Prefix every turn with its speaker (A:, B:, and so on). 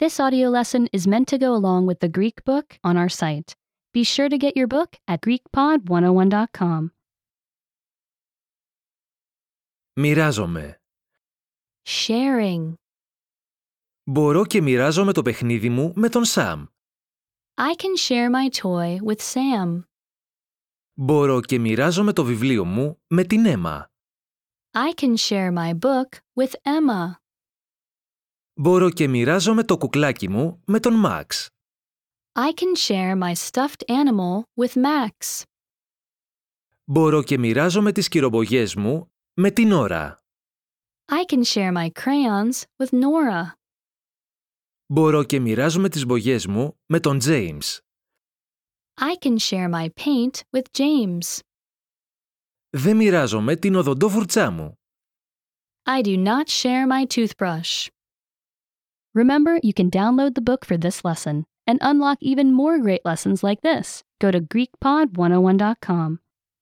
A: This audio lesson is meant to go along with the Greek book on our site. Be sure to get your book at GreekPod101.com.
B: Μοιράζομαι.
C: Sharing.
B: Μπορώ και μοιράζομαι το παιχνίδι μου με τον Σαμ.
C: I can share my toy with Sam.
B: Μπορώ και μοιράζομαι το βιβλίο μου με την Έμα.
C: I can share my book with Emma.
B: Μπορώ και μοιράζομαι το κουκλάκι μου με τον Μαξ.
C: I can share my stuffed animal with Max.
B: Μπορώ και μοιράζομαι τις κυρομπογιές μου με την ώρα.
C: I can share my crayons with Nora.
B: Μπορώ και μοιράζομαι τις μπογιές μου με τον Τζέιμς.
C: I can share my paint with James.
B: Δεν μοιράζομαι την οδοντόβουρτσά μου.
C: I do not share my toothbrush.
A: Remember, you can download the book for this oh lesson and unlock even more great lessons like this. Go to GreekPod101.com.